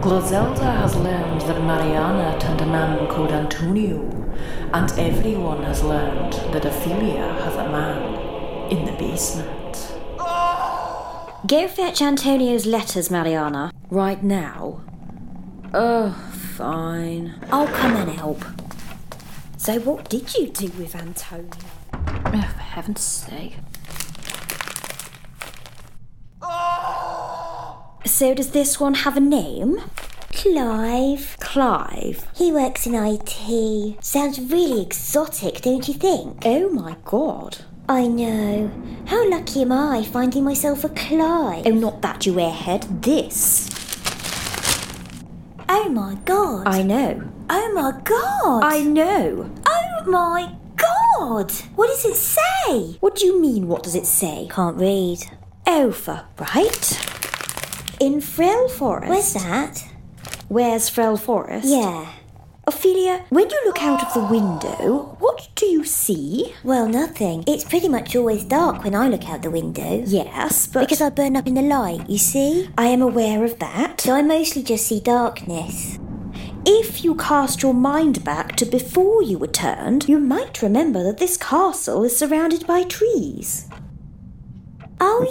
Glazelda has learned that Mariana turned a man called Antonio, and everyone has learned that Ophelia has a man in the basement. Go fetch Antonio's letters, Mariana. Right now. Oh, fine. Oh, I'll come and help. So, what did you do with Antonio? Oh, for heaven's sake. So, does this one have a name? Clive. Clive. He works in IT. Sounds really exotic, don't you think? Oh my god. I know. How lucky am I finding myself a Clive? Oh, not that, you airhead. This. Oh my god. I know. Oh my god. I know. Oh my god. What does it say? What do you mean, what does it say? Can't read. Over, right? In Frell Forest. Where's that? Where's Frell Forest? Yeah. Ophelia, when you look out of the window, what do you see? Well, nothing. It's pretty much always dark when I look out the window. Yes, but. Because I burn up in the light, you see? I am aware of that. So I mostly just see darkness. If you cast your mind back to before you were turned, you might remember that this castle is surrounded by trees. Oh,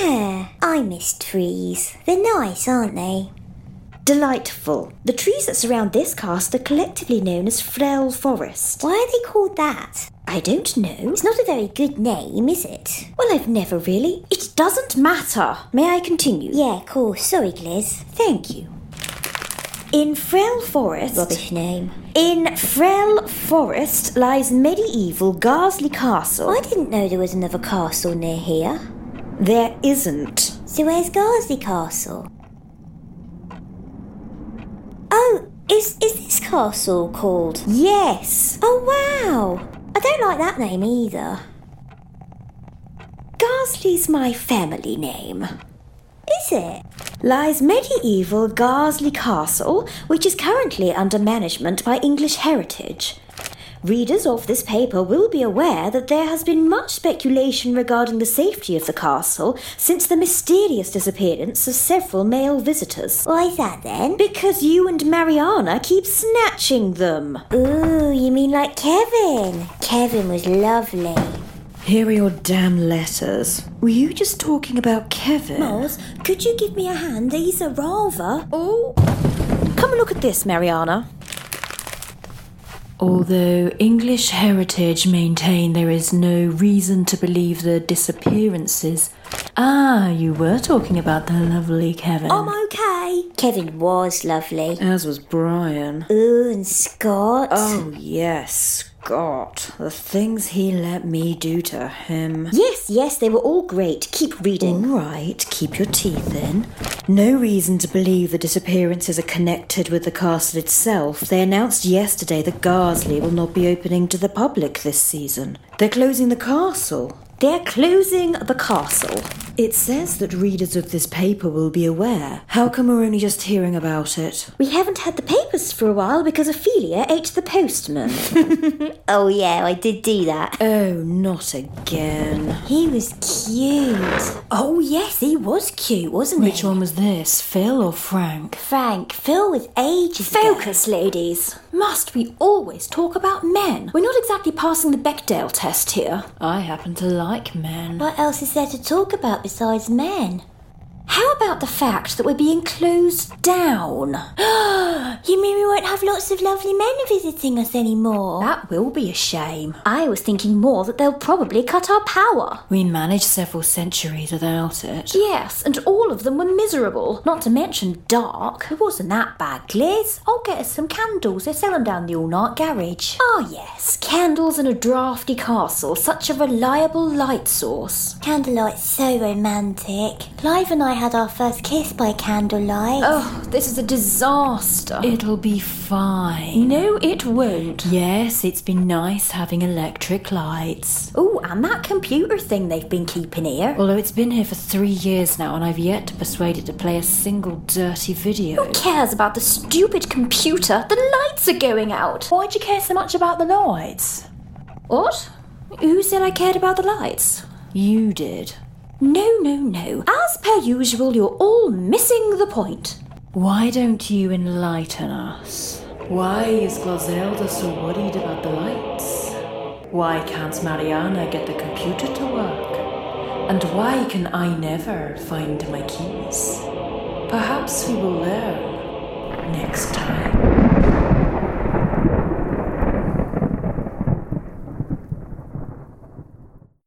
yeah! I miss trees. They're nice, aren't they? Delightful. The trees that surround this castle are collectively known as Frell Forest. Why are they called that? I don't know. It's not a very good name, is it? Well, I've never really. It doesn't matter. May I continue? Yeah, of course. Sorry, Gliz. Thank you. In Frell Forest. Rubbish name. In Frell Forest lies medieval Garsley Castle. I didn't know there was another castle near here. There isn't. So where's Garsley Castle? Oh, is is this castle called? Yes. Oh wow! I don't like that name either. Garsley's my family name. Is it? Lies medieval Garsley Castle, which is currently under management by English Heritage. Readers of this paper will be aware that there has been much speculation regarding the safety of the castle since the mysterious disappearance of several male visitors. Why's that then? Because you and Mariana keep snatching them. Ooh, you mean like Kevin? Kevin was lovely. Here are your damn letters. Were you just talking about Kevin? Moles, could you give me a hand? These are rather. Oh. Come and look at this, Mariana. Although English heritage maintain there is no reason to believe the disappearances. Ah, you were talking about the lovely Kevin. I'm Um, okay. Kevin was lovely. Oh As was Brian. Ooh, and Scott. Oh, yes, Scott. The things he let me do to him. Yes, yes, they were all great. Keep All reading. right, keep your teeth in. No reason to believe the disappearances are connected with the castle itself. They announced yesterday that Garsley will not be opening to the public this season. They're closing the castle. They're closing the castle. It says that readers of this paper will be aware. How come we're only just hearing about it? We haven't had the papers for a while because Ophelia ate the postman. Oh, yeah, I did do that. Oh, not again. He was cute. Oh, yes, he was cute, wasn't he? Which one was this, Phil or Frank? Frank, Phil was ages ago. Focus, ladies. Must we always talk about men? We're not exactly passing the Bechdel test here. I happen to like men. What else is there to talk about besides men? How about the fact that we're being closed down? You mean we won't have lots of lovely men visiting us anymore? That will be a shame. I was thinking more that they'll probably cut our power. We managed several centuries without it. Yes, and all of them were miserable, not to mention dark. It wasn't that bad, Gliz. I'll get us some candles. They sell 'em down the all-night garage. Ah, yes, candles in a drafty castle. Such a reliable lightsource. Candlelight's so romantic. Clive and I had our first kiss by candlelight. Oh, this is a disaster. It'll be fine. no, it won't. Yes, it's been nice having electric lights. Oh, and that computer thing they've been keeping here. Although it's been here for three years now, and I've yet to persuade it to play a single dirty video. Who cares about the stupid computer? The lights are going out. Why do you care so much about the lights? What? Who said I cared about the lights? You did. No, no, no. As per usual, you're all missing the point. Why don't you enlighten us? Why is Glazelda so worried about the lights? Why can't Mariana get the computer to work? And why can I never find my keys? Perhaps we will learn next time.